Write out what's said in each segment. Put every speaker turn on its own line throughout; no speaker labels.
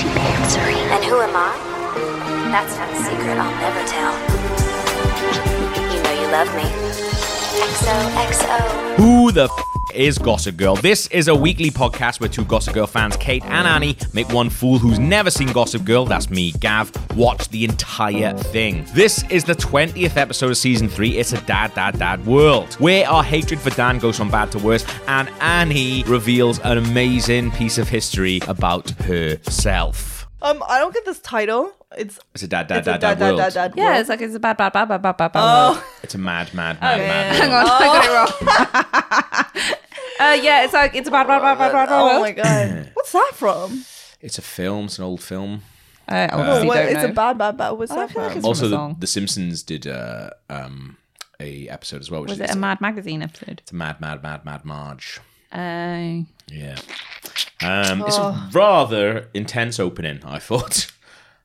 misery.
And who am I? That's not a secret I'll never tell. You know you love me. XOXO.
Who the f- is Gossip Girl? This is a weekly podcast where two Gossip Girl fans, Kate and Annie, make one fool who's never seen Gossip Girl, that's me, Gav, watch the entire thing. This is the 20th episode of season three. It's a dad, dad, dad world where our hatred for Dan goes from bad to worse, and Annie reveals an amazing piece of history about herself.
Um, I don't get this title. It's
It's a dad, dad,
it's
dad,
a dad,
dad,
dad,
world.
dad, dad.
Yeah,
world.
it's like it's a bad, bad, bad, bad, bad, bad, bad. world.
Oh,
It's a mad, mad, mad, mad.
Hang on, I got it wrong. uh, yeah, it's like it's a bad, bad, bad, bad, bad, bad
oh
world.
my god, what's that from?
It's a film. It's an old film.
I
Oh,
obviously
what,
don't
it's
know.
a bad, bad, bad. What's
I
that
feel like
from?
it's
also,
from a
Uh, the,
song.
the Simpsons did uh, um, a episode as well, which
was
is
it a Mad Magazine episode?
it's a mad, mad, mad, mad Marge.
Uh,
Yeah, um, it's
Oh.
a rather intense opening. I thought.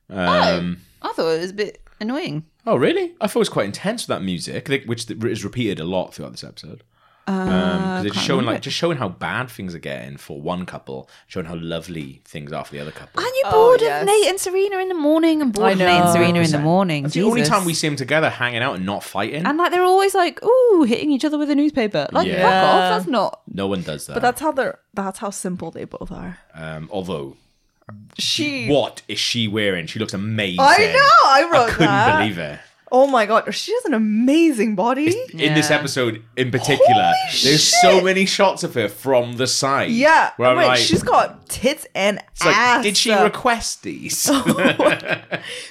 Um,
I thought it was a bit annoying.
oh. really? I thought it was quite intense with that music, I think- which th- is repeated a lot throughout this episode.
Uh,
Um, 'cause they're just showing like just showing how bad things are getting for one couple, showing how lovely things are for the other couple.
Aren't you
Oh,
bored
yes.
of Nate and Serena in the morning? and bored
I
of Nate and
know.
Serena in the morning.
That's the only
Jesus.
time we see them together, hanging out and not fighting.
And like they're always like, ooh, hitting each other with a newspaper. Like,
Yeah.
fuck off. That's not.
no one does that.
But that's how they're. That's how simple they both are.
um, although
She.
what is she wearing? She looks amazing.
I know. I
I
wrote
couldn't
that.
believe it.
Oh my god, she has an amazing body.
In this
Yeah.
episode in particular,
Holy
there's so
shit.
many shots of her from the side.
Yeah.
Where I'm
Wait,
like,
she's got tits and
it's like,
ass. uh,
did she
though.
request these?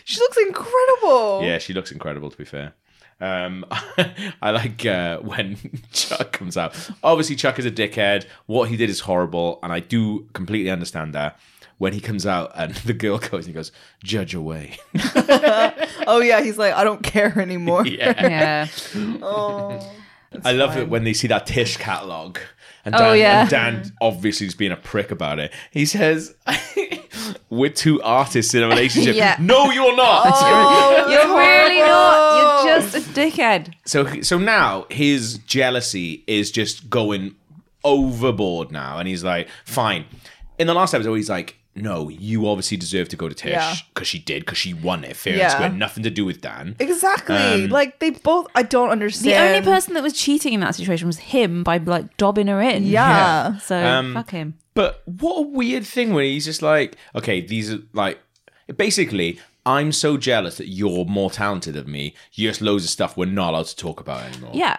she looks incredible.
yeah, she looks incredible, to be fair. Um, I like uh, when Chuck comes out. Obviously, Chuck is a dickhead. What he did is horrible, and I do completely understand that. When he comes out and the girl goes, and he goes, "Judge away."
Oh yeah, he's like, I don't care anymore.
yeah,
Yeah.
Oh.
I love it when they see that Tish catalog. And
Oh,
Dan,
yeah.
and Dan obviously is being a prick about it. He says, "We're two artists in a relationship."
Yeah. Oh.
No, you're not.
You're really not. You're just a dickhead.
So, so now his jealousy is just going overboard now, and he's like, "Fine." In the last episode, he's like, "No, you obviously deserve to go to Tish
Yeah.
because she did, because she won it fair and
Yeah.
square. Nothing to do with Dan."
Exactly.
Um,
like they both. I don't
The
understand.
only person that was cheating in that situation was him by like dobbing her in.
Yeah. Yeah.
So
Um,
fuck him.
But what a weird thing when he's just like, okay, these are like, basically, I'm so jealous that you're more talented than me. You're just loads of stuff we're not allowed to talk about anymore.
Yeah.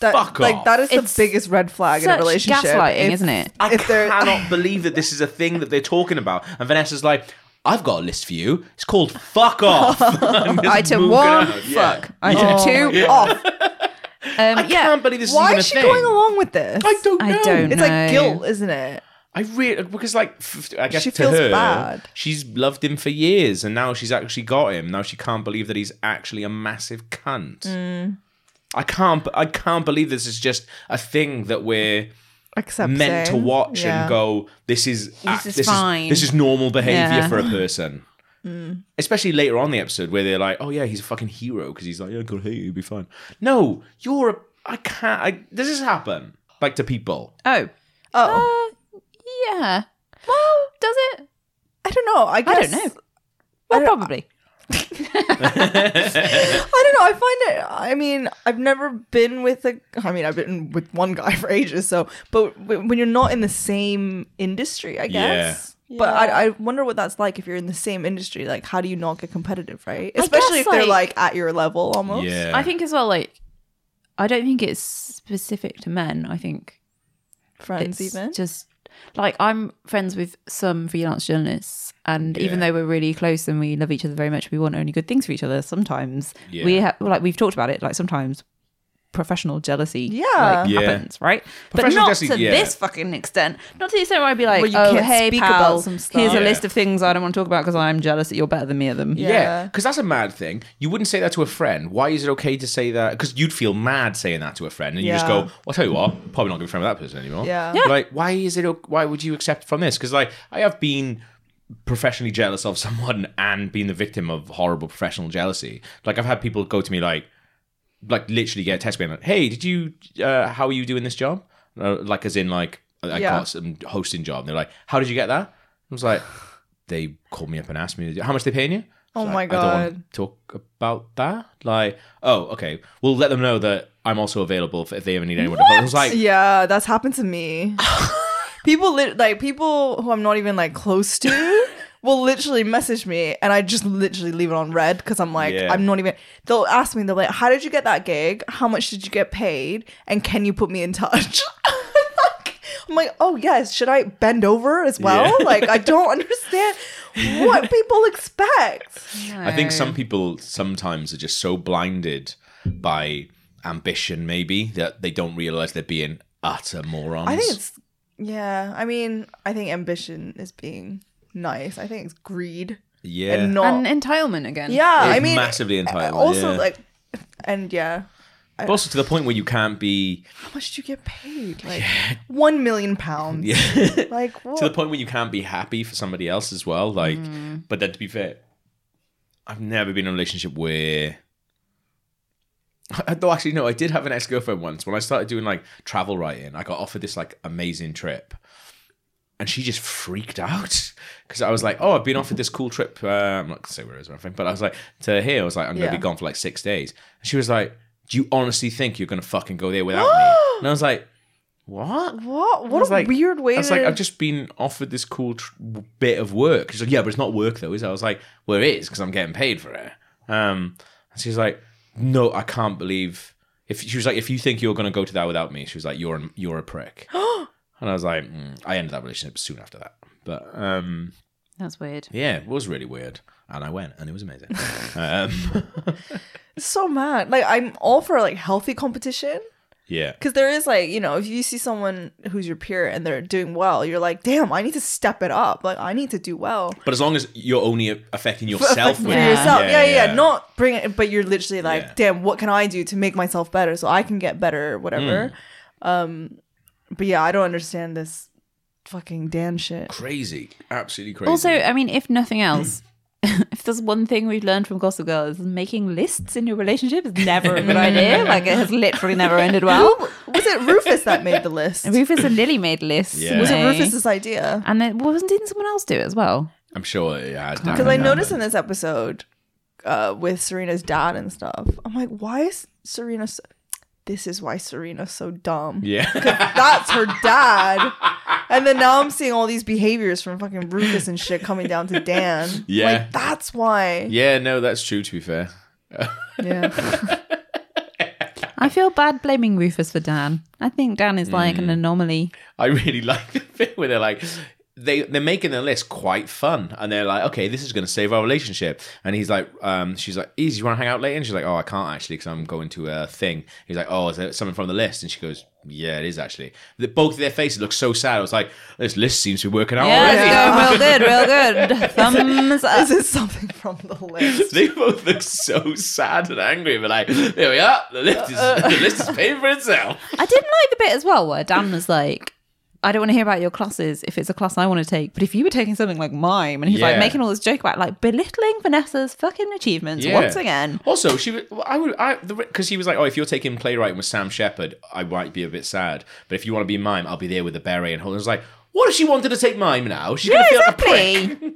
That,
Fuck
like
off.
that is
It's
the biggest red flag in a
such
relationship.
gaslighting,
If-
isn't it?
I
if they're-
cannot believe that this is a thing that they're talking about. And Vanessa's like, I've got a list for you. It's called fuck off.
Item one, fuck. Item two, off. Um,
I
yeah.
can't believe this
Why
is even
is
a
she
thing.
going along with this?
I don't know.
I don't
It's
No.
like guilt, isn't it?
I really because like f- I guess
She
to
feels
her,
bad.
she's loved him for years, and now she's actually got him. Now she can't believe that he's actually a massive cunt. I can't. I can't believe this is just a thing that we're
Accepting.
meant to watch
Yeah.
and go. This is act-
is
this
fine."
Is, this is normal behavior
Yeah.
for a person. Especially later on in the episode where they're like, "Oh yeah, he's a fucking hero" because he's like, "Yeah, I'm gonna hate you, you'll be fine." No, you're. A, I can't. I, does this happen like to people?
Oh.
Oh,
Uh, yeah. Well, does it?
I don't know. I guess
I don't know. Well, probably.
I don't know. I find it. I mean, I've never been with a. I mean, I've been with one guy for ages. So, but w- when you're not in the same industry, I guess. But I, I wonder what that's like if you're in the same industry. Like, how do you not get competitive, right?
I
Especially
guess,
if they're
like-
like at your level almost.
I think as well, like, I don't think it's specific to men. I think
Friends,
it's
even.
just like I'm friends with some freelance journalists, and even though we're really close and we love each other very much, we want only good things for each other. Sometimes we
Yeah.
have, like we've talked about it, like sometimes professional jealousy,
Yeah.
like,
Yeah.
happens, right? But
Professional
not
jealousy,
to
yeah.
this fucking extent. Not to the extent where I'd be like,
Where you
oh
can't
hey
speak
pal,
about some stuff."
here's
Yeah.
a list of things I don't want to talk about because I'm jealous that you're better than me at them.
Yeah,
Yeah.
because that's a mad thing. You wouldn't say that to a friend. Why is it okay to say that? Because you'd feel mad saying that to a friend, and you just
Yeah.
go, "Well, I'll tell you what, probably not gonna be friend with that person anymore."
Yeah.
Like, why is it? o- Why would you accept from this? Because like, I have been professionally jealous of someone and been the victim of horrible professional jealousy. Like, I've had people go to me like, like literally get a text me like, "Hey, did you? Uh, how are you doing this job?" Uh, like, as in like, I I
Yeah.
got some hosting job. And they're like, "How did you get that?" I was like. they called me up and asked me how much they paying you.
Oh
So I-
my
I don't
God.
wanna talk about that. Like, oh, okay. We'll let them know that I'm also available if if they ever need anyone. I was like,
yeah, that's happened to me. people lit like people who I'm not even like close to will literally message me, and I just literally leave it on red because I'm like
Yeah.
I'm not even. They'll ask me, they're like, "How did you get that gig? How much did you get paid? And can you put me in touch?" I'm like, oh yes, should I bend over as well?
Yeah.
Like I don't understand what people expect.
I think some people sometimes are just so blinded by ambition, maybe that they don't realize they're being utter morons.
I think it's yeah. I mean, I think ambition is being nice. I think it's greed
yeah,
and not
and entitlement again.
Yeah,
It's
I mean,
massively entitled.
Also,
yeah.
like, and yeah,
But also to the point where you can't be
how much do you get paid? Like one million pounds.
yeah, to
Like what?
the point where you can't be happy for somebody else as well. Like, but then to be fair, I've never been in a relationship where. No, actually, no. I did have an ex girlfriend once when I started doing like travel writing. I got offered this like amazing trip, and she just freaked out because I was like, "Oh, I've been offered this cool trip. Uh, I'm not gonna say where it is or anything, but I was like to here. I was like, I'm gonna
Yeah.
be gone for like six days." And she was like, "Do you honestly think you're gonna fucking go there without me?" And I was like, "What?
what?
I
What
was
a
like-
weird way.
I was like,
to-
I've just been offered this cool tr- bit of work. She's like, yeah, but it's not work though, is it? I was like, well, it is because I'm getting paid for it. Um, and she's like, no, I can't believe. If she was like, if you think you're gonna go to that without me, she was like, you're an, you're a prick. and I was like, mm. I ended that relationship soon after that. But um,
That's weird.
yeah, it was really weird. And I went, and it was amazing. um,
it's so mad. Like I'm all for like healthy competition
yeah,
because there is like you know if you see someone who's your peer and they're doing well, you're like, damn, I need to step it up. Like I need to do well.
but as long as you're only affecting yourself
for
with it.
yourself. Yeah. Yeah, yeah, Not bring it, but you're literally like,
Yeah.
damn, what can I do to make myself better so I can get better or whatever. Um,
Mm.
but yeah, I don't understand this fucking Dan shit.
crazy, absolutely crazy.
Also, I mean, if nothing else, if there's one thing we've learned from Gossip Girl is making lists in your relationship is never a good idea. Like it has literally never ended well.
Was it Rufus that made the list?
Rufus and Lily made lists.
Yeah.
Was it
eh?
Rufus's idea?
And then well, wasn't didn't someone else do it as well?
I'm sure it had.
Because I noticed in this episode uh, with Serena's dad and stuff, I'm like, why is Serena? So- this is why Serena's so dumb.
Yeah.
That's her dad. And then now I'm seeing all these behaviors from fucking Rufus and shit coming down to Dan.
Yeah.
Like, that's why.
Yeah, no, that's true. To be fair,
Yeah.
I feel bad blaming Rufus for Dan. I think Dan is like
Mm.
an anomaly.
I really like the bit where they're like, they they're making the list quite fun, and they're like, okay, this is going to save our relationship. And he's like, um, she's like, easy, you want to hang out later? And she's like, oh, I can't actually because I'm going to a thing. He's like, oh, is there someone from the list? And she goes, yeah, it is actually. The, both their faces look so sad. I was like, this list seems to be working out. already.
yeah. well good, real good. Thumbs up.
this is something from the list.
They both look so sad and angry, but like, there we are. The list is the list is paying for itself.
I didn't like the bit as well where Dan was like, I don't want to hear about your classes if it's a class I want to take, but if you were taking something like mime, and he's
Yeah.
like making all this joke about like belittling Vanessa's fucking achievements
Yeah.
once again.
Also, she was. I would. I because he was like, "Oh, if you're taking playwriting with Sam Shepard, I might be a bit sad. But if you want to be mime, I'll be there with a beret and hold." I was like, "What if she wanted to take mime now? She's gonna feel like a
Exactly.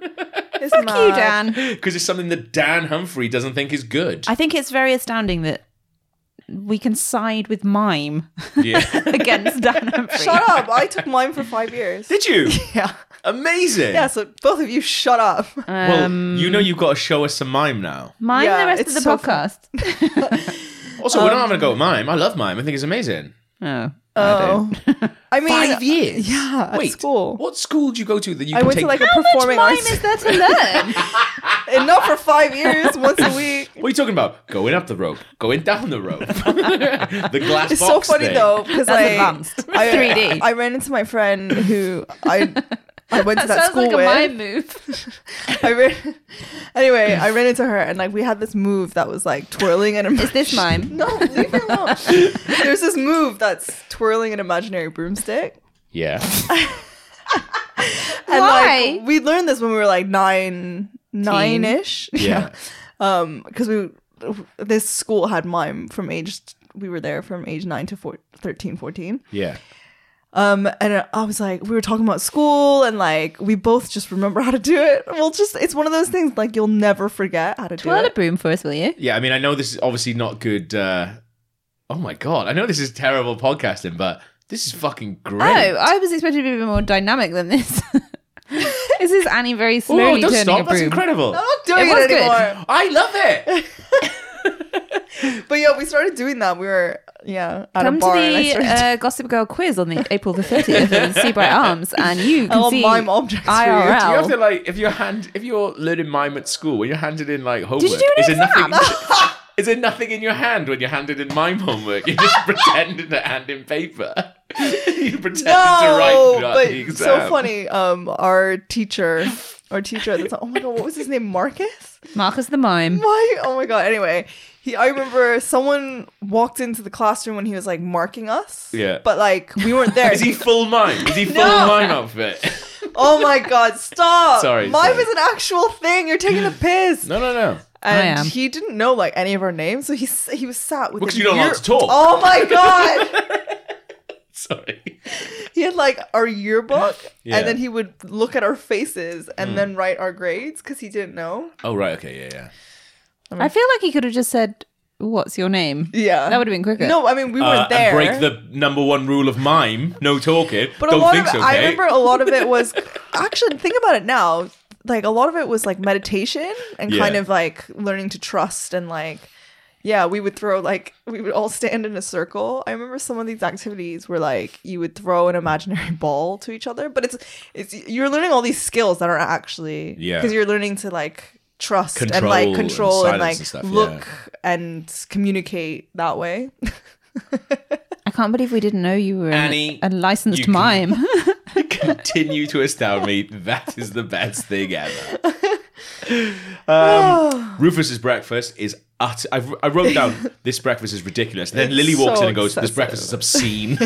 It's
Fuck you, Dan.
prick because it's something that Dan Humphrey doesn't think is good."
I think it's very astounding that we can side with mime
yeah.
against Dan Humphrey.
Shut up. I took mine for five years.
Did you?
Yeah.
Amazing.
Yeah, so both of you shut up.
Well,
um,
you know you've got to show us some mime now.
Mime
Yeah,
the rest
it's
of
so
the
fun.
podcast.
Also,
um,
we're not having a go at mime. I love mime. I think it's amazing.
Oh.
Oh. I mean,
Five years.
Yeah, at
Wait,
school.
What school do you go to that you
I
can
went
take?
to like a
How much
performing
mime
arts.
is there to learn?
Enough for five years, once a week.
what are you talking about? Going up the rope, going down the rope, the glass
It's so
box
funny
thing.
though because
That's
I,
advanced.
I
3D.
I ran into my friend who I I went to that,
Sounds
school
like a
with.
mime move.
I ran, anyway, I ran into her and like we had this move that was like twirling and
Is this mime?
No, leave me alone. There's this move that's twirling an imaginary broomstick.
Yeah.
And
Why?
like we learned this when we were like nine, nine ish.
Yeah.
Um, because we this school had mime from age we were there from age 9 to four, 13 14
Yeah.
Um, and I was like, we were talking about school, and like we both just remember how to do it. Well, just it's one of those things like you'll never forget how to do
Twirl a
it.
broom for us, will you?
Yeah, I mean, I know this is obviously not good. Uh, oh my god, I know this is terrible podcasting, but this is fucking
Oh,
great.
I was expecting to be a bit more dynamic than this. this is Annie very
Whoa,
slowly
don't
turning
stop!
a
That's
broom. Oh,
incredible.
I'm not doing
It
it,
was good.
anymore.
I love it.
But yeah, we started doing that. We were yeah at
Come
a
to
bar. and I
the
started
uh, Gossip Girl quiz on the April the 30th in Seabright Arms, and you
I
can
Oh,
will
see
mime objects for you. Do you
Do you have to
IRL.
like if you're hand if you're learning mime at school when you're handed in like homework?
you do an
is there
exam?
nothing? is there nothing in your hand when you're handed in mime homework? You're just pretending to hand in paper. you pretend to write
no,
throughout the
but
exam.
so funny. Um, our teacher, our teacher at the time. Oh my god, what was his name? Marcus.
Marcus the Mime.
Why? Oh my god. Anyway, he. I remember someone walked into the classroom when he was like marking us.
Yeah.
But like we weren't there.
Is he full mime? Is he full
No.
mime outfit?
oh my god! Stop.
Sorry,
Mime
sorry.
is an actual thing. You're taking a piss.
no, no, no.
And
am.
he didn't know like any of our names, so he s- he was sat with.
Because
an
you don't like
ear-
to talk.
Oh my god.
Sorry.
he had like our yearbook
Yeah. Hmm.
and then he would look at our faces and then write our grades because he didn't know
Oh right, okay, yeah, yeah.
I feel like he could have just said, What's your name?
yeah
That would have been quicker.
no i mean we
Uh,
weren't
And
there
break the number one rule of mime: no talking.
but a
Don't
lot
think
of
so,
i
Kate.
remember a lot of it was actually think about it now like a lot of it was like meditation and
Yeah.
kind of like learning to trust and like yeah we would throw like we would all stand in a circle i remember some of these activities were like you would throw an imaginary ball to each other but it's it's you're learning all these skills that are actually
Yeah.
because you're learning to like trust and
Control
like
and
control
silence
and, like
and stuff,
look and communicate that way
I can't believe we didn't know you were an-
Annie,
a licensed
you can-
mime.
continue to astound me. That is the best thing ever. Um, Rufus's breakfast is utter. I've, I wrote down this breakfast is ridiculous. And then Lily walks
so
in and goes, "This
excessive.
breakfast is obscene."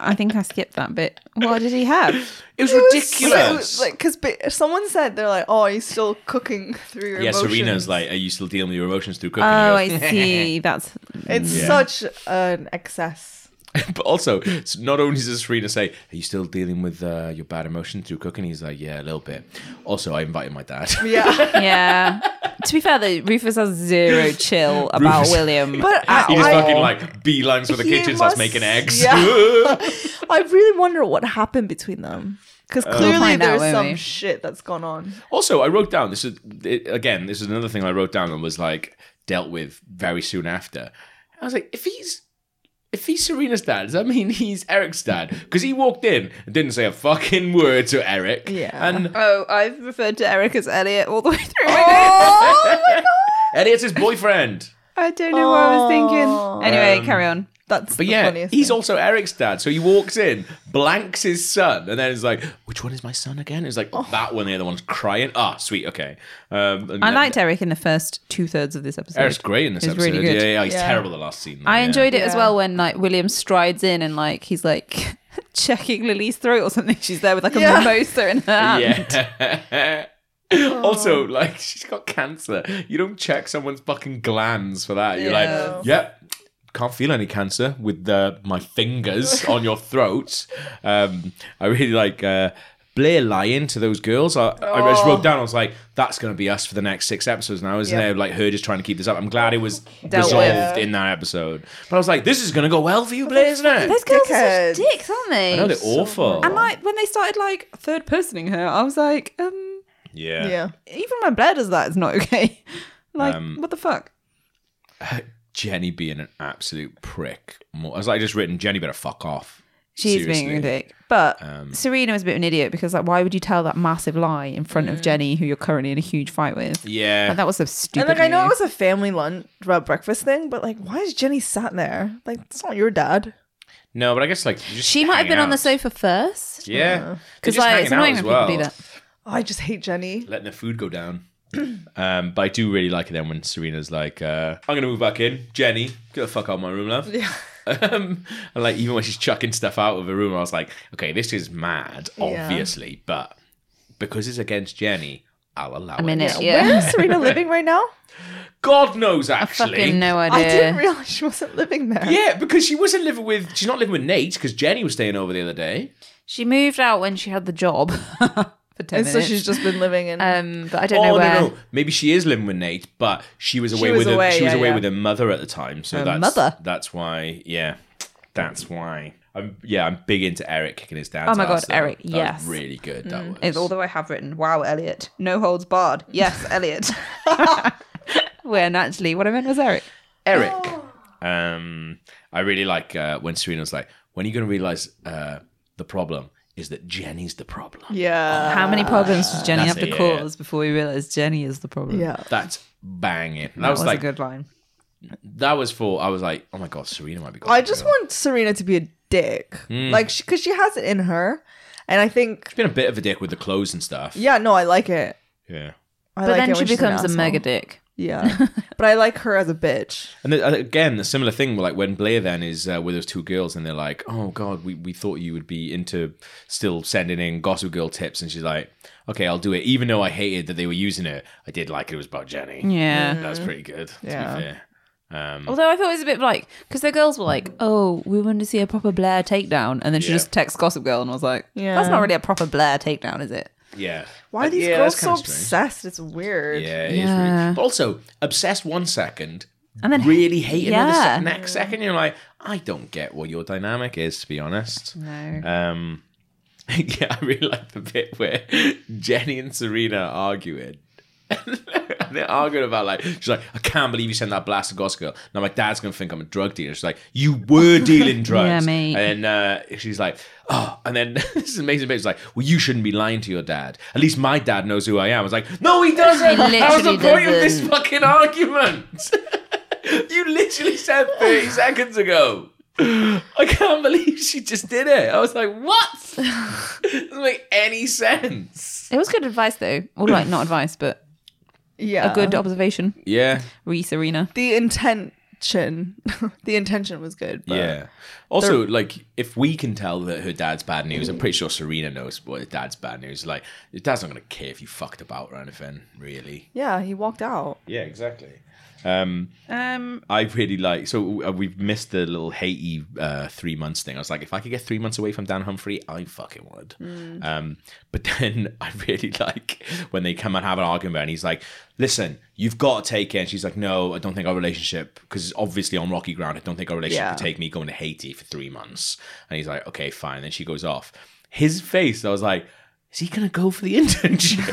I think I skipped that bit. What did he have?
it was ridiculous.
Like, because someone said they're like, "Oh, are you still cooking through your
yeah,
emotions?"
Serena's like, "Are you still dealing with your emotions through cooking?"
Oh,
And he
I see. That's
it's
Yeah.
such an excess.
goes- but also, it's not only does Serena say, "Are you still dealing with uh, your bad emotions through cooking?" He's like, "Yeah, a little bit." Also, I invited my dad.
Yeah,
yeah. to be fair, though, Rufus has zero chill about
Rufus-
William.
but
He just
I,
fucking like beelines for the
He
kitchen, starts
must-
making eggs.
yeah. I, I really wonder what happened between them because
Uh,
clearly
find out,
there's
won't
some
we?
shit that's gone on.
Also, I wrote down this is it, again. This is another thing I wrote down and was like dealt with very soon after. I was like, if he's if he's Serena's dad, does that mean he's Eric's dad? Because he walked in and didn't say a fucking word to Eric.
Yeah.
And
oh, I've referred to Eric as Elliot all the way through. Oh!
Elliot's his boyfriend.
I don't know what I was thinking. Anyway, carry on.
That's
Um, But
the
yeah,
funniest
he's
thing.
also Eric's dad. So he walks in, blanks his son, and then is like, which one is my son again? It's like, that one, the other one's crying. Ah, sweet, okay. Um, and
Oh. I liked Eric in the first two thirds of this episode.
Eric's great in this
He's
episode.
really good.
Yeah, yeah, he's
Yeah.
terrible the last scene. though,
I
yeah.
enjoyed it as
Yeah.
well when like William strides in and like he's like checking Lily's throat or something. She's there with like a
Yeah.
mimosa in her hand.
Yeah. also, like, she's got cancer. You don't check someone's fucking glands for that. You're
Yeah.
like, yep, can't feel any cancer with uh, my fingers on your throat. Um, I really like. Uh, Blair lying to those girls. I, I just wrote down. I was like, "That's going to be us for the next six episodes now, isn't
Yeah.
it?" Like her just trying to keep this up. I'm glad it was
Dealt with.
resolved in that episode. But I was like, "This is going to go well for you, Blair, isn't it?"
Those girls are
Dickheads.
such dicks, aren't they?
I know they're awful.
And like when they started like third personing her, I was like, um,
yeah.
even when Blair does that, it's not okay. like,
Um,
what the fuck?
Jenny being an absolute prick. More, I was like, I just written Jenny better fuck off.
She's being a dick. But
Um,
Serena was a bit of an idiot because like, why would you tell that massive lie in front of Jenny, who you're currently in a huge fight with?
Yeah,
Like, that was a stupid.
And like I know it
move.
was a family lunch uh, breakfast thing, but like, why is Jenny sat there? Like, it's not your dad.
no, but I guess like just
she might have
hanging
been on the
out.
sofa first.
Yeah, They're
Because
just
like,
hanging
it's
out
annoying
as
when
well,
people do that.
Oh, I just hate Jenny.
letting the food go down. um, but I do really like it then when Serena's like, uh, "I'm gonna move back in, Jenny, get the fuck out of my room, love."
Yeah.
Um, and like even when she's chucking stuff out of her room, I was like, "Okay, this is mad,
Yeah.
obviously, but because it's against Jenny." I'll allow
a minute.
it.
Yeah.
Where is Serena living right now?
God knows, actually.
Fucking no
I didn't
idea.
realize she wasn't living there.
Yeah, because she wasn't living with. She's not living with Nate because Jenny was staying over the other day.
she moved out when she had the job for ten
And
minutes.
so she's just been living in.
um, but I don't
Oh
know
no,
where.
no, maybe she is living with Nate, but she was away
was
with her,
away,
she was
yeah,
away
yeah.
with her mother at the time. So
Her
that's
mother?
That's why. Yeah, that's why. I'm yeah. I'm big into Eric kicking his dad's.
Oh my
ass,
God,
though.
Eric,
That was
yes. Mm.
really good. That was.
It's although I have written, wow, Elliot, no holds barred. Yes, Elliot. when actually, what I meant was Eric.
Eric.
Oh.
Um, I really like uh, when Serena's like, "When are you going to realize uh, the problem is that Jenny's the problem?"
yeah.
How many problems does Jenny
That's
have to
it, yeah.
cause before we realise Jenny is the problem?
Yeah.
That's banging. That,
That
was,
was
like
a good line.
that was for. I was like, "Oh my god, Serena might be."
I just want Serena to be a dick. Like, because she has it in her. And I think,
She's been a bit of a dick with the clothes and stuff.
yeah, no, I like it.
Yeah.
I
But
like
then
it
she
when she's an
becomes a
asshole.
mega dick.
Yeah. but I like her as a bitch.
And then, uh, again, a similar thing. Like when Blair then is uh, with those two girls, and they're like, "Oh God, we, we thought you would be into still sending in Gossip Girl tips," and she's like, "Okay, I'll do it." Even though I hated that they were using it, I did like it was about Jenny.
Yeah.
that was pretty good. To
Yeah.
be fair. Um,
Although I thought it was a bit like because the girls were like, "Oh, we wanted to see a proper Blair takedown," and then she
Yeah.
just texts Gossip Girl and was like,
Yeah.
that's not really a proper Blair takedown, is it?"
yeah.
Why are
Uh,
these
yeah, that's
girls so
kinda strange.
obsessed? It's weird.
Yeah, it is
Yeah.
really. But also obsessed one second,
And then
really hating her the
Yeah.
se- next second. You're like, I don't get what your dynamic is, to be honest.
No.
Um, yeah, I really like the bit where Jenny and Serena are arguing. and they're arguing about like she's like, I can't believe you sent that blast to Gossip Girl. And I'm like, Dad's gonna think I'm a drug dealer. She's like, You were dealing drugs.
Yeah, mate.
And uh, she's like, Oh, and then this is amazing bit. She's like, Well, you shouldn't be lying to your dad. At least my dad knows who I am. I was like, No, he doesn't.
He
That was the
literally
point of this
doesn't.
fucking argument. you literally said 30 seconds ago. I can't believe she just did it. I was like, what? Doesn't make any sense.
it was good advice though, or like not advice, but
Yeah.
a good observation.
Yeah.
Re Serena.
The intention. the intention was good. But
Yeah. Also, like, if we can tell that her dad's bad news, I'm pretty sure Serena knows what her dad's bad news. Like, your dad's not going to care if you fucked about or anything, really.
Yeah, he walked out.
Yeah, exactly. Um,
Um,
I really like. So uh, we've missed the little Haiti uh, three months thing. I was like, if I could get three months away from Dan Humphrey, I fucking would. Um, but then I really like when they come and have an argument, and he's like, "Listen, you've got to take it." And she's like, "No, I don't think our relationship, because it's obviously on rocky ground. I don't think our relationship
Yeah.
could take me going to Haiti for three months." And he's like, "Okay, fine." Then she goes off. His face, I was like, "Is he gonna go for the internship?"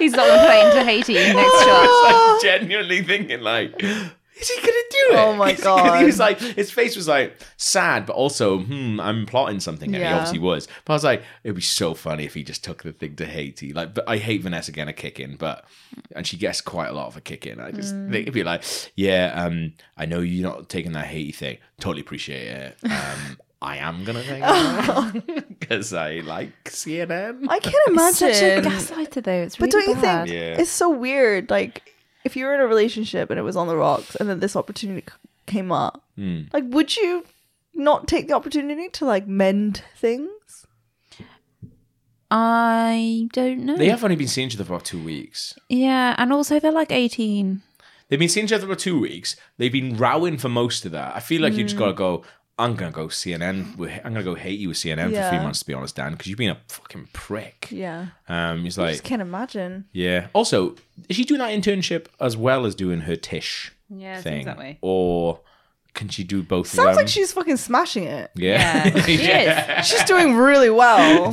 he's not on a plane to Haiti next shot.
I was like genuinely thinking like, is he gonna do it?
Oh my
'Cause He
God.
was like, his face was like sad, but also, hmm, I'm plotting something, and he
Yeah.
obviously was. But I was like, it'd be so funny if he just took the thing to Haiti. Like, but I hate Vanessa getting a kick in, but and she gets quite a lot of a kick in. I just
Mm.
think it'd be like, yeah, um, I know you're not taking that Haiti thing. Totally appreciate it. Um, I am gonna think because I like CNN.
I can't imagine.
Such a gaslighter though. It's
but
really
don't you
bad.
think
Yeah.
it's so weird? Like, if you were in a relationship and it was on the rocks, and then this opportunity c- came up,
Hmm.
like, would you not take the opportunity to like mend things?
I don't know.
They have only been seeing each other for about two weeks.
yeah, and also they're like eighteen.
They've been seeing each other for two weeks. They've been rowing for most of that. I feel like you just gotta go. I'm gonna go CNN. With, I'm gonna go hate you with CNN for three
Yeah.
months, to be honest, Dan, because you've been a fucking prick.
Yeah,
Um, he's
I
like,
just can't imagine.
yeah. Also, is she doing that internship as well as doing her Tish
Yeah, it seems
thing,
that way.
or can she do both? of
Sounds
them?
like she's fucking smashing it.
Yeah,
She's doing really well.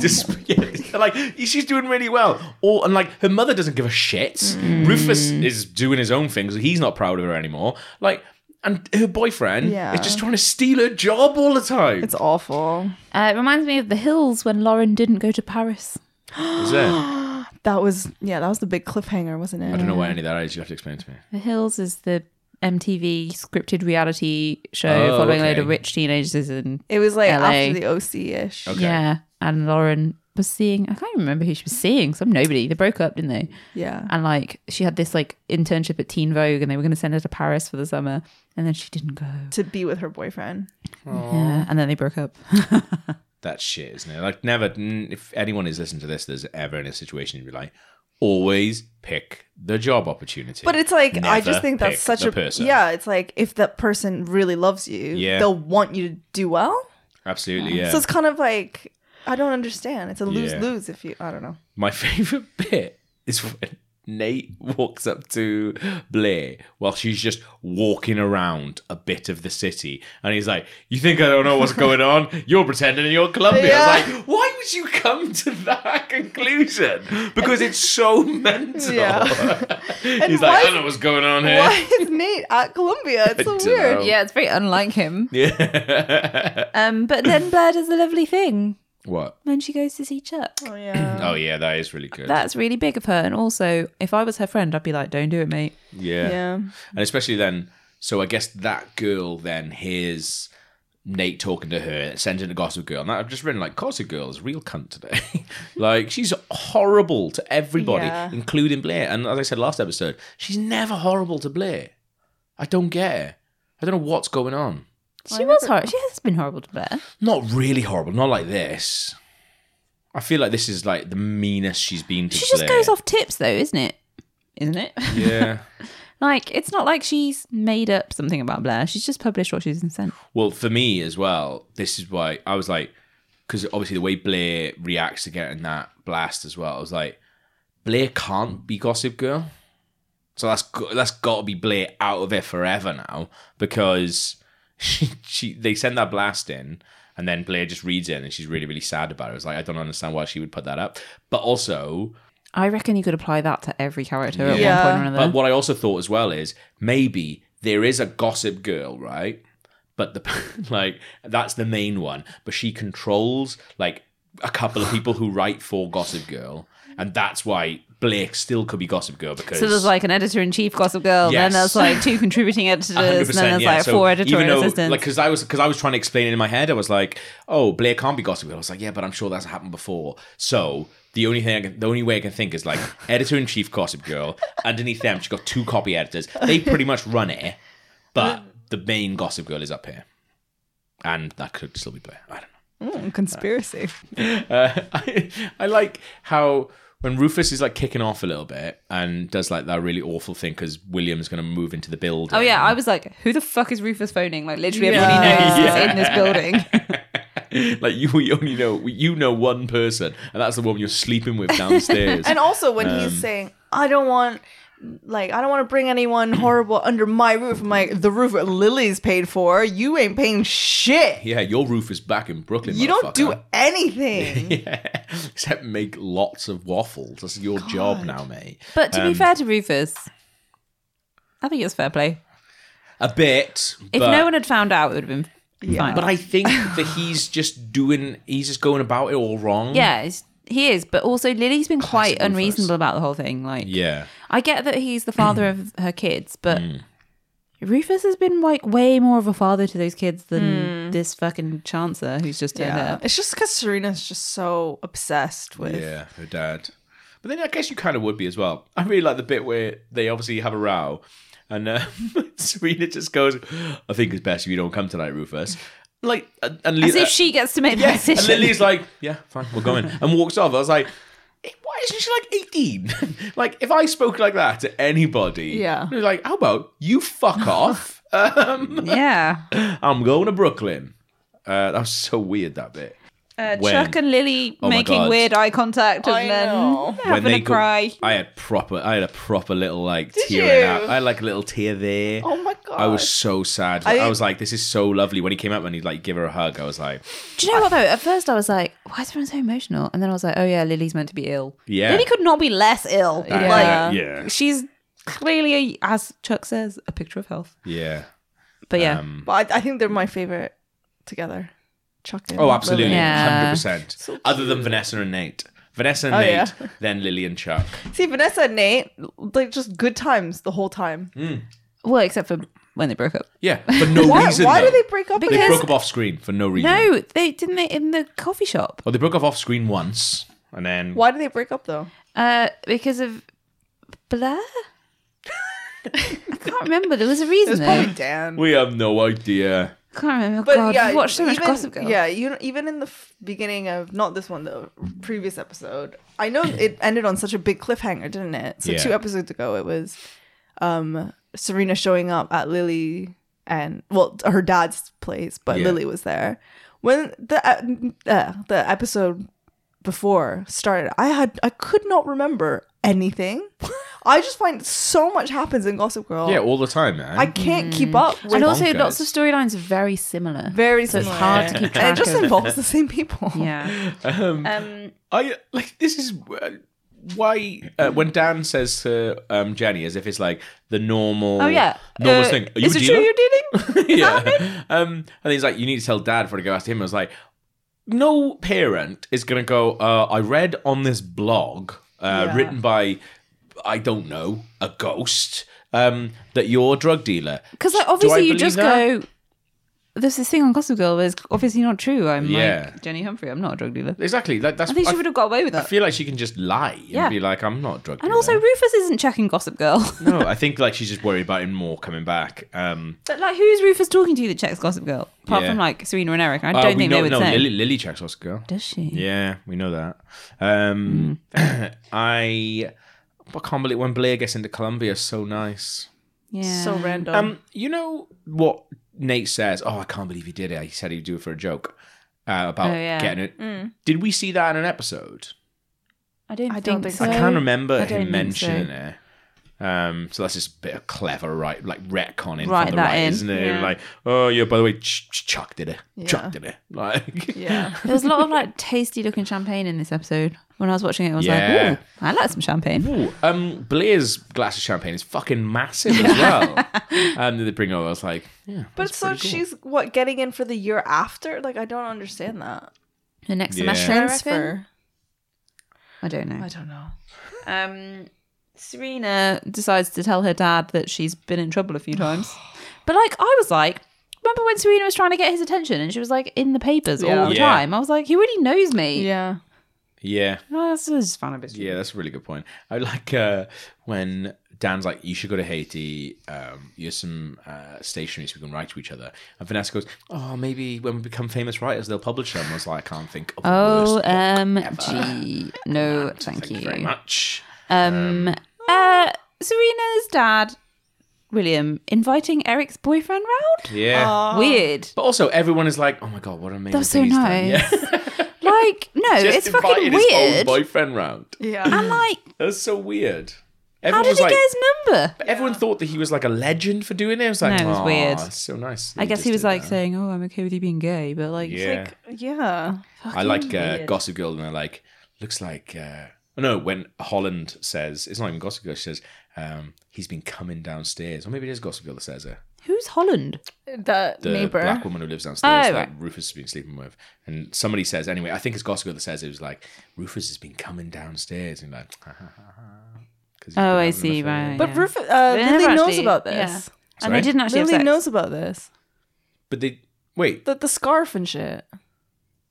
Just, yeah, like she's doing really well. Or and like her mother doesn't give a shit.
Mm.
Rufus is doing his own thing because he's not proud of her anymore. Like, and her boyfriend
Yeah.
is just trying to steal her job all the time.
It's awful.
Uh, it reminds me of The Hills when Lauren didn't go to Paris.
Is there? I
That was yeah, that was the big cliffhanger, wasn't it?
don't know why any of that is. You have to explain to me.
The Hills is the MTV scripted reality show
Oh,
following a load
okay.
of rich teenagers in
It was like
LA.
after the OC ish.
Okay.
yeah, and Lauren was seeing I can't even remember who she was seeing some nobody. They broke up, didn't they?
Yeah.
And like she had this like internship at Teen Vogue, and they were going to send her to Paris for the summer, and then she didn't go.
To be with her boyfriend.
Yeah, and then they broke up.
That shit, isn't it? Like, never. n- If anyone is listening to this, there's ever in a situation you'd be like, always pick the job opportunity.
But it's like I just
Never
think
pick
that's such
the
a
person.
yeah. It's like if that person really loves you,
Yeah.
they'll want you to do well.
Absolutely, yeah.
So it's kind of like I don't understand. It's a lose lose if you. I don't know.
My favorite bit is when Nate walks up to Blair while she's just walking around a bit of the city, and he's like, "You think I don't know what's going on? You're pretending you're Columbia." I was
Yeah.
like, "Why would you come to that conclusion? Because it's so mental."
Yeah.
he's like,
why-
"I don't know what's going on here."
Why is Nate at Columbia? It's so
don't
weird.
know.
Yeah, it's very unlike him.
Yeah.
Um, but then Blair does the lovely thing
what?
when she goes to see Chuck.
Oh yeah.
Oh yeah, that is really good.
That's really big of her. And also, if I was her friend, I'd be like, don't do it, mate.
yeah.
yeah.
And especially then, so I guess that girl then hears Nate talking to her, sends in a gossip girl. And I've just written like, gossip girl is a real cunt today. like, she's horrible to everybody,
Yeah.
including Blair. And as I said last episode, she's never horrible to Blair. I don't get her. I don't know what's going on.
She was horrible. She has been horrible to Blair.
Not really horrible, not like this. I feel like this is like the meanest she's been to
She
Blair.
just goes off tips, though, isn't it? Isn't it?
Yeah.
like, it's not like she's made up something about Blair. She's just published what she's been sent.
Well, for me as well, this is why I was like, because obviously the way Blair reacts to getting that blast as well, I was like, Blair can't be Gossip Girl, so that's go- that's got to be Blair out of it forever now because she, she they send that blast in. And then Blair just reads it and she's really, really sad about it. It's like, I don't understand why she would put that up. But also,
I reckon you could apply that to every character at
Yeah.
one point or another.
But what I also thought as well is maybe there is a gossip girl, right? But the like that's the main one, but she controls like a couple of people who write for Gossip Girl, and that's why Blake still could be Gossip Girl because
so there's like an editor in chief, Gossip Girl, and
Yes.
then there's like two contributing editors, and
100%,
then there's
yeah.
like
So
four
even
editorial
though,
assistants.
Like, because I was because I was trying to explain it in my head, I was like, "Oh, Blair can't be Gossip Girl." I was like, "Yeah, but I'm sure that's happened before." So the only thing, I can, the only way I can think is like editor in chief Gossip Girl. Underneath them, she's got two copy editors. They pretty much run it, but the main Gossip Girl is up here, and that could still be Blair. I don't know.
Mm, conspiracy.
Uh, I, I like how when Rufus is like kicking off a little bit and does like that really awful thing because William's going to move into the building.
oh, yeah. I was like, who the fuck is Rufus phoning? Like, literally
Yeah.
everybody knows
Yeah.
he's in this building.
like you, we only know we- you know one person, and that's the woman you're sleeping with downstairs.
And also when
Um,
he's saying, I don't want like I don't want to bring anyone horrible under my roof. I'm like, the roof Lily's paid for. You ain't paying shit.
yeah, your roof is back in Brooklyn.
you don't do
motherfucker.
anything.
Yeah, except make lots of waffles. That's your job now, mate.
But to be fair to Rufus, I think it was fair play.
A bit.
If
but-
no one had found out, it would have been fine.
But I think that he's just doing. He's just going about it all wrong.
yeah, it's- he is. But also, Lily's been quite
Rufus.
unreasonable about the whole thing. Like,
Yeah. Hmm.
I get that he's the father of her kids, but Rufus has been like way more of a father to those kids than this fucking chancer who's just turned
Hmm. Yeah.
up.
It's just because Serena's just so obsessed with
Yeah, her dad. But then I guess you kind of would be as well. I really like the bit where they obviously have a row, and uh, Serena just goes, "I think it's best if you don't come tonight, Rufus." Like, and, and
As
Lily-
if she gets to make
yeah,
that decision.
and Lily's like, "Yeah, fine, we're going," and walks off. I was like. "Eh, Why isn't she like 18? like, if I spoke like that to anybody,
Yeah.
they'd be like, how about you fuck off? um,
yeah.
I'm going to Brooklyn. Uh, that was so weird, that bit.
Uh,
When-
Chuck and Lily
Oh my
making
God.
weird eye contact and
I
then
know.
having a
go-
cry.
I had proper, I had a proper little like tear
you?
in that. I had like a little tear there.
Oh my god.
I was so sad. I,
I-
was like, this is so lovely. When he came up and he like give her a hug, I was like,
Do you know what though? At first I was like, why is everyone so emotional? And then I was like, oh yeah, Lily's meant to be ill.
Yeah.
Lily could not be less ill.
Yeah.
Like
Yeah.
she's clearly a, as Chuck says, a picture of health.
yeah.
But yeah.
Um,
But I, I think they're my favorite together. Chuck and
oh, absolutely,
Lily.
Yeah.
hundred percent. Other than Vanessa and Nate, Vanessa and
Oh,
Nate,
yeah.
then Lily and Chuck.
See, Vanessa and Nate, like just good times the whole time.
Mm.
well, except for when they broke up.
Yeah, for no
Why,
reason.
why
though.
do they break up?
They
Because-
broke up off screen for no reason.
No, they didn't they in the coffee shop.
Well, they broke up off screen once, and then
why do they break up though?
Uh because of Blair? I can't remember. There was a reason
It's
though.
probably Dan.
we have no idea.
can't remember.
But
God,
yeah,
yeah, watched so much
even,
Gossip Girl.
Yeah, you know, even in the f- beginning of not this one, the previous episode, I know it ended on such a big cliffhanger, didn't it? So
Yeah.
two episodes ago, it was um, Serena showing up at Lily and well, her dad's place, but
Yeah.
Lily was there. When the uh, uh, the episode before started, I had I could not remember anything. I just find so much happens in Gossip Girl.
Yeah, all the time, man.
I can't keep up. With
and also,
bonkers.
lots of storylines are very similar.
very
so
similar.
it's hard to keep track.
And it just
of.
involves the same people.
Yeah.
um,
Um,
I like this is uh, why uh, when Dan says to um, Jenny as if it's like the normal,
oh yeah.
normal
Uh,
thing. Are you
is
a
it
dealer?
true you're dealing?
yeah. Um, and he's like, you need to tell dad before I go ask him. I was like, no parent is going to go, uh, I read on this blog uh,
Yeah.
written by, I don't know, a ghost, um, that you're a drug dealer.
Because like,
Do I
obviously you
believe
just
that?
go. There's this thing on Gossip Girl where it's obviously not true. I'm
Yeah.
like Jenny Humphrey. I'm not a drug dealer.
Exactly. Like, that's,
I think
I,
she would have got away with
I
that.
feel like she can just lie and
Yeah.
be like, I'm not a drug
And
dealer.
also, Rufus isn't checking Gossip Girl.
no, I think like she's just worried about him more coming back. Um,
but like, who's Rufus talking to that checks Gossip Girl? Apart
Yeah.
from like Serena and Eric, I
uh,
don't
we
think
know,
they would
no,
say.
Lily, Lily checks Oscar girl.
Does she?
Yeah, we know that. Um, I, I can't believe when Blair gets into Columbia, it's so nice.
Yeah.
So random.
Um, you know what Nate says? Oh, I can't believe he did it. He said he'd do it for a joke uh, about
Oh, yeah.
getting it. Did we see that in an episode?
I don't.
I
think
don't think
so.
so.
I can't remember
I don't
him
think
mentioning it. Um, so that's just a bit of clever, right? Like retconning
Write
from the
that
right,
in.
isn't it?
Yeah.
Like, oh yeah, by the way, Ch- Ch- Chuck did it.
Yeah.
Chuck did it. Like,
yeah.
There's a lot of like tasty looking champagne in this episode. When I was watching it, I was
Yeah.
like, "Ooh, I like some champagne."
Ooh, um, Blair's glass of champagne is fucking massive as well. um, they bring over. I was like, yeah,
But
that's
so
pretty cool.
she's what getting in for the year after? Like I don't understand that.
The next
Yeah.
semester, I reckon. I don't know.
I don't know.
Um, Serena decides to tell her dad that she's been in trouble a few times. But like, I was like, remember when Serena was trying to get his attention and she was like in the papers
Yeah.
all the
Yeah.
time? I was like, he already knows me. Oh,
Yeah.
yeah,
I was just found a bit.
yeah. That's a really good point. I like uh, when Dan's like, "You should go to Haiti. Um, here's some uh, stationery so we can write to each other." And Vanessa goes, "Oh, maybe when we become famous writers, they'll publish them." I was like, "I can't think of the
Oh,
worst book
OMG. No, thank,
Thank you very much.
Um, uh, Serena's dad, William, inviting Eric's boyfriend round?
Yeah.
Weird.
but also, everyone is like, "Oh my god, what an amazing!"
was so
thing he's done."
nice.
Yeah.
Like, no,
Just
it's fucking
invited his old
weird.
boyfriend round.
Yeah.
I'm like,
That's so weird.
how
Everyone
did
was
he
like,
get his number?
But everyone thought that he was like a legend for doing it. It was like,
No, it was
"Aw,
weird."
it's so nice. that
I guess
just
he was
did
like
that."
saying, "Oh, I'm okay with you being gay," but like, it's
yeah.
like
yeah.
I like uh, Gossip Girl, and they're like, looks like. Uh, no, when Holland says, it's not even Gossip Girl, she says, um, he's been coming downstairs. Or maybe it is Gossip Girl that says it.
who's Holland?
That
The
neighbor.
black woman who lives downstairs
Oh,
that
right.
Rufus has been sleeping with. And somebody says, anyway, I think it's Gossip Girl that says it was like, Rufus has been coming downstairs. And you're like, ha ha ha ha. 'Cause he's been
Oh, I
having an
see,
affair.
right.
but
yeah.
Rufus uh,
They
Lily
never
knows
actually-
about
yeah.
this.
And
Sorry?
they didn't actually have
Lily
sex.
knows about this.
But they, wait,
The the scarf and shit.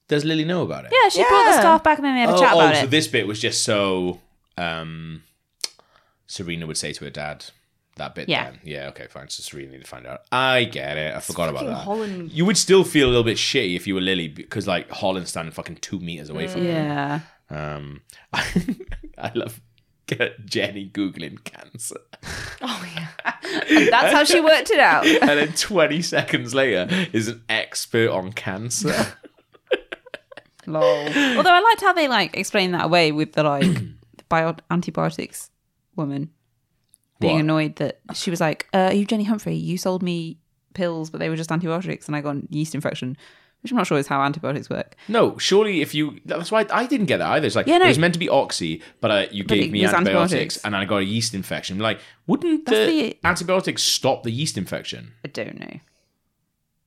does Lily know about it?
Yeah, she brought the
Yeah.
scarf back and then they had a
oh,
chat
oh,
about
so
it.
this bit was just so um, Serena would say to her dad that bit.
Yeah.
Then. Yeah. Okay. Fine. So Serena needed to find out. I get it. I forgot about
fucking
that.
Holland.
You would still feel a little bit shitty if you were Lily because like Holland's standing fucking two meters away from her.
Mm. Yeah,
Um, I love Jenny googling cancer.
that's how she worked it out.
and then 20 seconds later is an expert on cancer.
Lol. Although I liked how they like explained that away with the like the bio- antibiotics woman being
What?
annoyed that she was like, uh, "Are you Jenny Humphrey? You sold me pills, but they were just antibiotics, and I got a yeast infection." Which I'm not sure is how antibiotics work.
No, surely if you that's why I didn't get that either. It's like
Yeah, no.
it was meant to be oxy, but uh, you gave
it
me
was
antibiotics,
antibiotics.
and I got a yeast infection. Like, wouldn't the,
That's the-
antibiotics stop the yeast infection?
I don't know.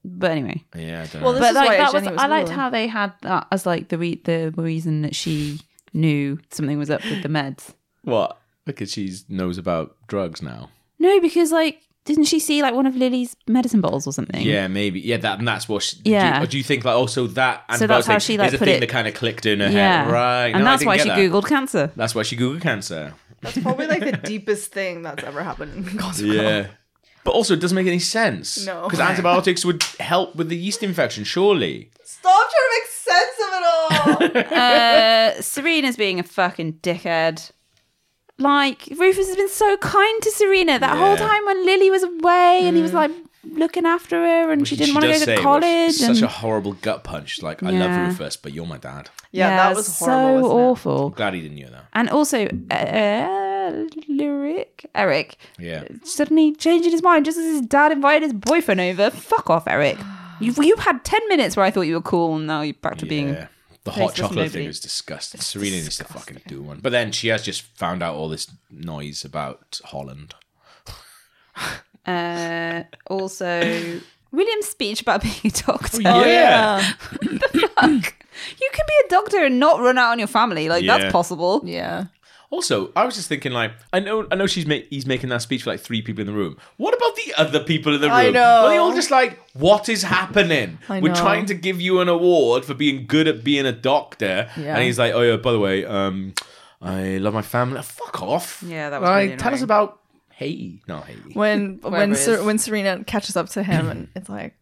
But anyway,
Yeah, I don't
Well,
know.
this
but
is why
like that was,
Jenny was
I liked
rude.
how they had that as like the re- the reason that she knew something was up with the meds.
what? Because she knows about drugs now.
No, because like didn't she see like one of Lily's medicine bottles or something?
Yeah, maybe. Yeah, that and that's what. She,
Yeah.
Do you, do you think like also that antibiotic
So that's how she, like,
is the
put
thing
it-
that kind of clicked in her
yeah,
head, right?
And
No, I
that's
didn't
why
get
she
that.
googled cancer.
That's why she googled cancer.
That's probably like the deepest thing that's ever happened in Gossip Girl.
Yeah. But also, it doesn't make any sense.
No.
Because antibiotics would help with the yeast infection, surely.
Stop trying to make sense of it all.
Uh, Serena's being a fucking dickhead. Like Rufus has been so kind to Serena that whole
Yeah.
time when Lily was away and he was like looking after her and she didn't want to
does
go to
say,
college.
well, It's
and
such a horrible gut punch. Like, I
Yeah.
love Rufus, but you're my dad.
yeah, that was horrible.
so
wasn't it?
I'm
awful.
glad he didn't hear that.
And also, uh, uh, lyric Eric
Yeah.
suddenly changing his mind just as his dad invited his boyfriend over. Fuck off, Eric. You've you had ten minutes where I thought you were cool, and now you're back to being
yeah. The hot
tasteless
chocolate
nobody.
thing is disgusting. Serena needs to fucking do one. But then she has just found out all this noise about Holland.
Uh, also, William's speech about being a doctor.
Oh, yeah.
Fuck. You can be a doctor and not run out on your family. Like
Yeah.
that's possible.
Yeah.
Also, I was just thinking, like, I know, I know, she's ma- he's making that speech for like three people in the room. What about the other people in the room?
I know.
Are they all just like, what is happening?
I
We're
know.
trying to give you an award for being good at being a doctor,
Yeah.
and he's like, oh yeah, by the way, um, I love my family. Fuck off.
Yeah, that was
Like,
really
tell us
annoying.
about Haiti. No, Haiti.
When
Wherever
when
it
Ser-
is.
when Serena catches up to him and it's like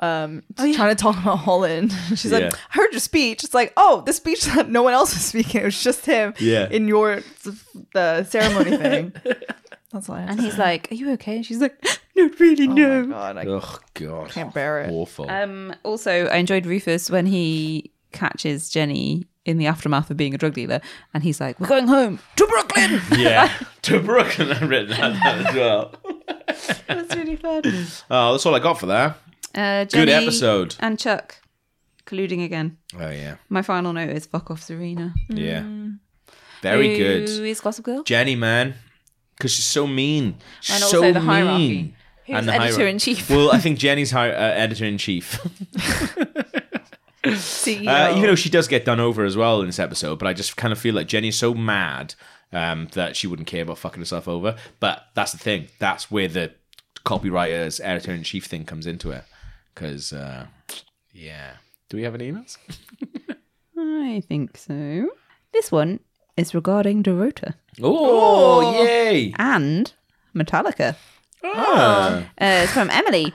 um
Oh,
trying to talk about Holland. She's
Yeah.
like, I heard your speech. It's like, oh, the speech that no one else was speaking. It was just him
Yeah.
in your the ceremony thing. That's why.
And he's like, "Are you okay?" And she's like, "Not really,
oh
no."
my god, I
Oh god,
can't bear it. Uh,
Awful.
Um, also, I enjoyed Rufus when he catches Jenny in the aftermath of being a drug dealer, and he's like, "We're going home to Brooklyn."
yeah, to Brooklyn, I've written that down as well.
that's really fun.
Oh, that's all I got for that.
Uh, Jenny
Good episode.
And Chuck colluding again.
Oh yeah,
My final note is "fuck off, Serena."
yeah,
Mm.
very good.
Who is Gossip Girl?
Jenny, man, because she's so mean. She's
And also
so
the hierarchy.
mean.
Who's
the hierarchy.
editor-in-chief?
well, I think Jenny's hi- uh, editor in chief.
CEO.
Uh, even though she does get done over as well in this episode, but I just kind of feel like Jenny's so mad um, that she wouldn't care about fucking herself over. But that's the thing. That's where the copywriter's editor in chief thing comes into it. Because, uh, yeah. Do we have any emails?
I think so. This one is regarding Dorota
Oh, yay!
and Metallica.
Ah.
Uh, it's from Emily,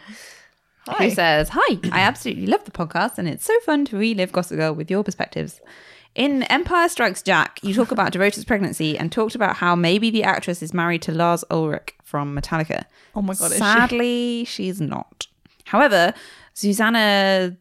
Hi.
who says, Hi, I absolutely love the podcast, and it's so fun to relive Gossip Girl with your perspectives. In Empire Strikes Jack, you talk about Dorota's pregnancy and talked about how maybe the actress is married to Lars Ulrich from Metallica.
Oh my god, is she?
Sadly, she's not. However, Susanna,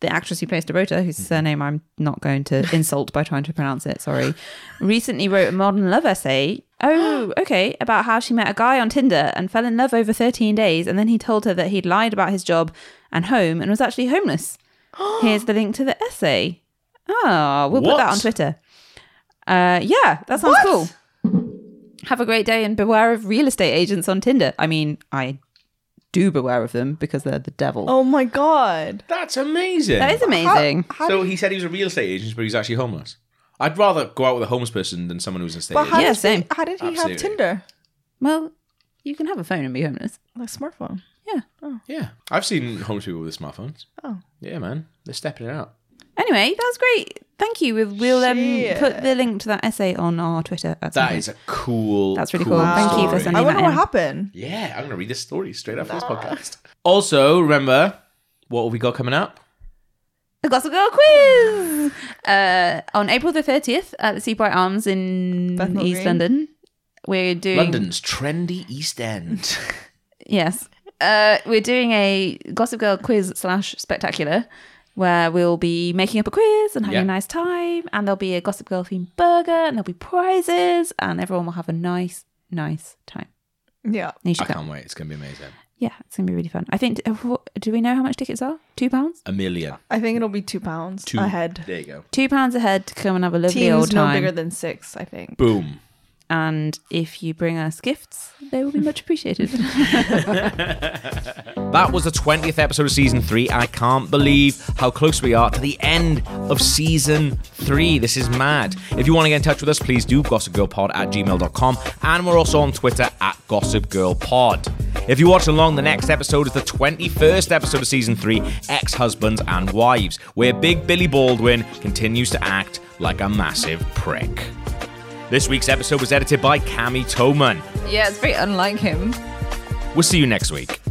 the actress who plays Dorota, whose
Mm-hmm.
surname I'm not going to insult by trying to pronounce it, sorry, recently wrote a modern love essay. Oh, okay, about how she met a guy on Tinder and fell in love over 13 days, and then he told her that he'd lied about his job and home and was actually homeless. Here's the link to the essay. Ah, we'll put
What?
that on Twitter. Uh, yeah, that sounds cool. Have a great day and beware of real estate agents on Tinder. I mean, I do beware of them because they're the devil.
Oh my god.
That's amazing.
that is amazing.
so he said he was a real estate agent, but he's actually homeless. I'd rather go out with a homeless person than someone who's an estate
But how
agent.
Yeah,
did
same.
he, how did he
Absolutely.
have Tinder?
well, you can have a phone and be homeless.
Like smartphone.
Yeah.
Yeah. I've seen homeless people with smartphones.
Oh.
Yeah, man. They're stepping it out.
Anyway, that's great. Thank you. We'll, we'll um,
Shit.
put the link to that essay on our Twitter. At some
That
point.
is a cool.
That's really cool. Thank you for
story.
sending
I
that
wonder what
in.
happened.
Yeah, I'm gonna read this story straight after this podcast. Also, remember what have we got coming up?
The Gossip Girl quiz uh, on April the thirtieth at the Seabright Arms in
Bethnal
East
Green.
London. We're doing
London's trendy East End.
Yes. Uh, we're doing a Gossip Girl quiz slash spectacular where we'll be making up a quiz and having
Yeah.
a nice time. And there'll be a Gossip Girl themed burger and there'll be prizes and everyone will have a nice, nice time.
Yeah.
And you
I
should go.
can't wait. It's gonna be amazing.
Yeah, it's going to be really fun. I think, uh, do we know how much tickets are? £2? £2
A million.
I think it'll be two pounds
Two.
ahead.
There you go.
Two pounds a head to come and have a lovely old
Teams no
time.
bigger than six, I think.
Boom.
and if you bring us gifts, they will be much appreciated.
That was the 20th episode of season three. I can't believe how close we are to the end of season three. This is mad. If you want to get in touch with us, please do gossipgirlpod at gmail.com. And we're also on Twitter at gossipgirlpod. If you watch along, the next episode is the 21st episode of season three Ex Husbands and Wives, where Big Billy Baldwin continues to act like a massive prick. This week's episode was edited by Cami Toman.
yeah, it's very unlike him.
We'll see you next week.